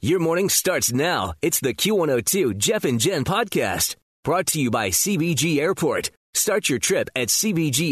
Your morning starts now. It's the Q102 Jeff and Jen podcast brought to you by CBG Airport. Start your trip at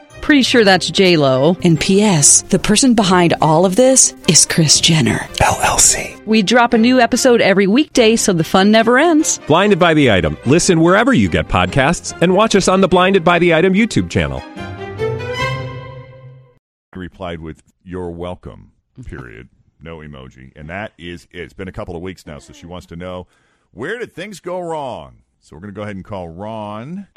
Pretty sure that's J Lo. And P.S. The person behind all of this is Chris Jenner LLC. We drop a new episode every weekday, so the fun never ends. Blinded by the item. Listen wherever you get podcasts, and watch us on the Blinded by the Item YouTube channel. replied with "You're welcome." Period. no emoji, and that is it. It's been a couple of weeks now, so she wants to know where did things go wrong. So we're gonna go ahead and call Ron.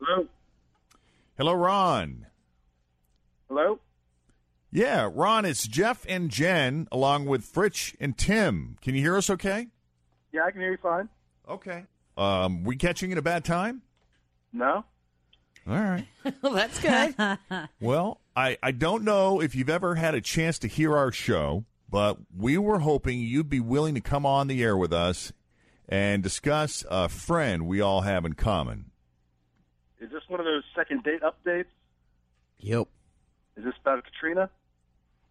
Hello? Hello, Ron. Hello? Yeah, Ron, it's Jeff and Jen along with Fritch and Tim. Can you hear us okay? Yeah, I can hear you fine. Okay. Um, we catching you at a bad time? No? All right. well, that's good. Well, I, I don't know if you've ever had a chance to hear our show, but we were hoping you'd be willing to come on the air with us and discuss a friend we all have in common. Is this one of those second date updates? yep. Is this about Katrina?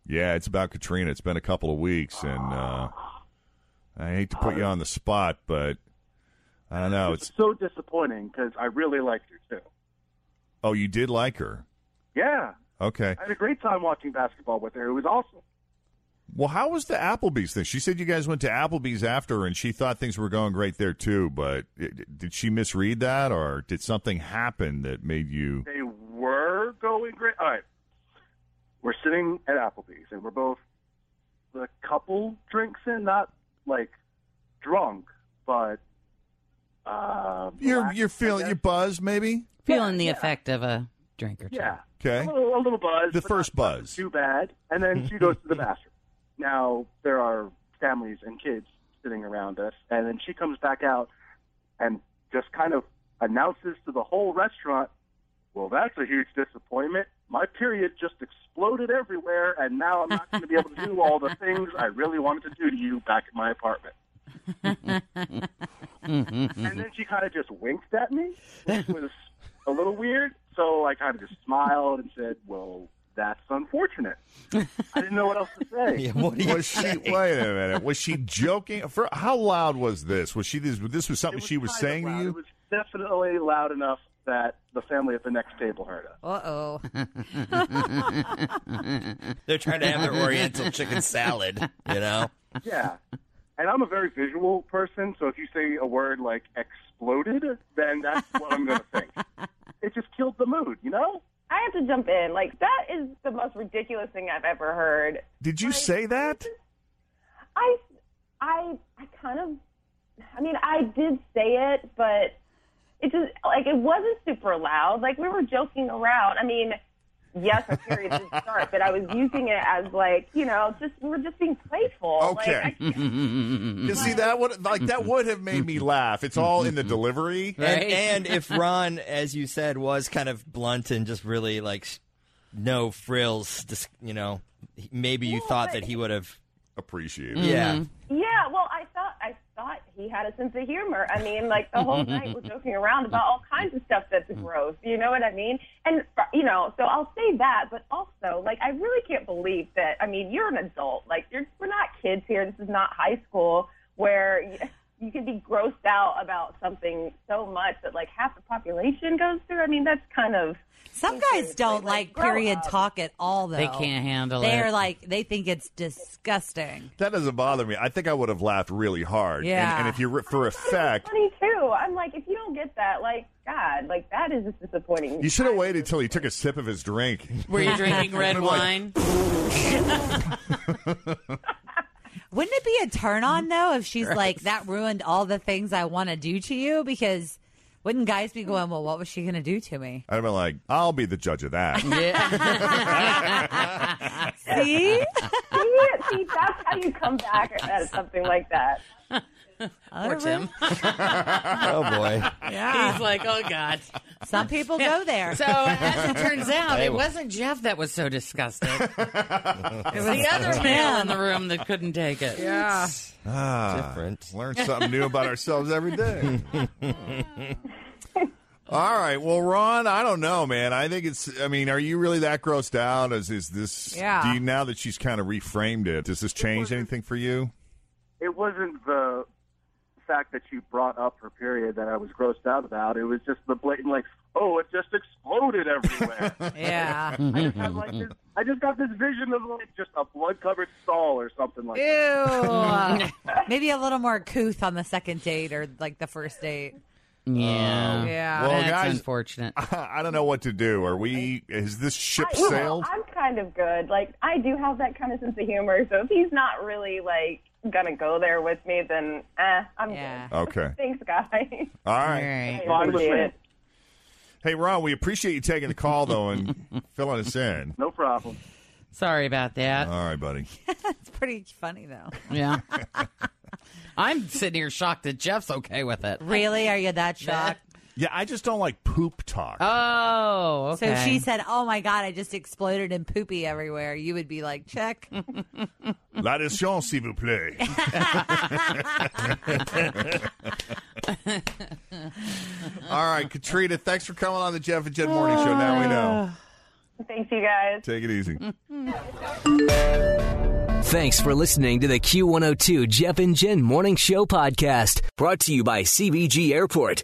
Yeah, it's about Katrina. It's been a couple of weeks, and uh, I hate to put you on the spot, but I don't know. This It's is so disappointing because I really liked her, too. oh, you did like her. Yeah. Okay. I had a great time watching basketball with her. It was awesome. Well, how was the Applebee's thing? She said you guys went to Applebee's after, and she thought things were going great there too. But it, did she misread that, or did something happen that made you? They were going great. All right. We're sitting at Applebee's, and we're both a couple drinks in, not like drunk, but. Uh, You're relaxed, you're I feeling you're guess. buzzed, maybe. Feeling the yeah. effect of a drink or two. Yeah. Okay. A little, a little buzz. The but first not- not buzz. Too bad. And then she goes to the bathroom. Now, there are families and kids sitting around us. And then she comes back out and just kind of announces to the whole restaurant, well, that's a huge disappointment. My period just exploded everywhere, and now I'm not going to be able to do all the things I really wanted to do to you back at my apartment. And then she kind of just winked at me, which was a little weird. So I kind of just smiled and said, "Well, that's unfortunate." I didn't know what else to say. Was she? Wait a minute. Was she joking? For how loud was this? Was she? This, this was It something she was kind of saying loud. to you. It was definitely loud enough that the family at the next table heard us. Uh oh. They're trying to have their Oriental chicken salad, you know? Yeah, and I'm a very visual person, so if you say a word like "exploded," then that's what I'm going to think. It just killed the mood, you know. I have to jump in. Like that is the most ridiculous thing I've ever heard. Did you say that? I, I, I kind of, I mean, I did say it, but it just like it wasn't super loud. Like we were joking around. I mean, yes, our period did start, but I was using it as like you know, just we were just being playful. Like, I Okay. You see that would like that would have made me laugh. It's all in the delivery. And, and if Ron, as you said, was kind of blunt and just really like sh- no frills, just, you know, he- maybe you thought that he would have appreciated. Yeah, Mm-hmm. Yeah, well, I thought I thought he had a sense of humor. I mean, like the whole night we're joking around about all kinds of stuff that's gross. You know what I mean? And you know, so I'll say that, but also, like, I really can't believe that. I mean, you're an adult. Like, you're we're not kids here. This is not high school where you, you can be grossed out about something so much that like half the population goes through. I mean, that's kind of Some guys don't like grow period up. talk at all, though. They can't handle it. They're like, they think it's disgusting. That doesn't bother me. I think I would have laughed really hard. And- Yeah. And, if you re- for effect, funny too. I'm like, if you don't get that, like, God, like that is just disappointing. you should have waited till he took a sip of his drink. Were you drinking red Like, wine? Wouldn't it be a turn on though if she's like that ruined all the things I want to do to you? Because wouldn't guys be going, well, what was she going to do to me? I'd have been like, I'll be the judge of that. See? see, see, that's how you come back at something like that. Poor Tim. oh boy. Yeah. He's like, oh God. Some people go there. So as it turns out, They it will. wasn't Jeff that was so disgusted. it was was the other Tim. male in the room that couldn't take it. Yeah. Ah, Different. Learn something new about ourselves every day. All right. Well, Ron, I don't know, man. I think it's. I mean, are you really that grossed out? Is is this? Yeah. Do you, now that she's kind of reframed it, does this change anything for you? it wasn't the fact that you brought up her period that I was grossed out about. It was just the blatant, like, oh, it just exploded everywhere. yeah. I just had like this. I just got this vision of like just a blood covered stall or something like that. Ew. uh, Maybe a little more couth on the second date or like the first date. Yeah. Um, Yeah. Well, That's guys, unfortunate. I, I don't know what to do. Are we? Is this ship I- you know, sailed? I'm kind of good. Like, I do have that kind of sense of humor. So if he's not really like gonna go there with me, then eh, I'm good. Okay. Thanks, guys. All right. I appreciate it. Hey, Ron, we appreciate you taking the call though and filling us in. No problem. Sorry about that. All right, buddy. It's pretty funny though. Yeah. I'm sitting here shocked that Jeff's okay with it. Really? Are you that shocked? Yeah, I just don't like poop talk. Uh. Oh, okay. So she said, "Oh my god, I just exploded in poopy everywhere." You would be like, "Check." La leçon, s'il vous plaît. All right, Katrina, thanks for coming on the Jeff and Jen Morning Show. Now we know. Thanks, you guys. Take it easy. Thanks for listening to the Q102 Jeff and Jen Morning Show podcast, brought to you by CBG Airport.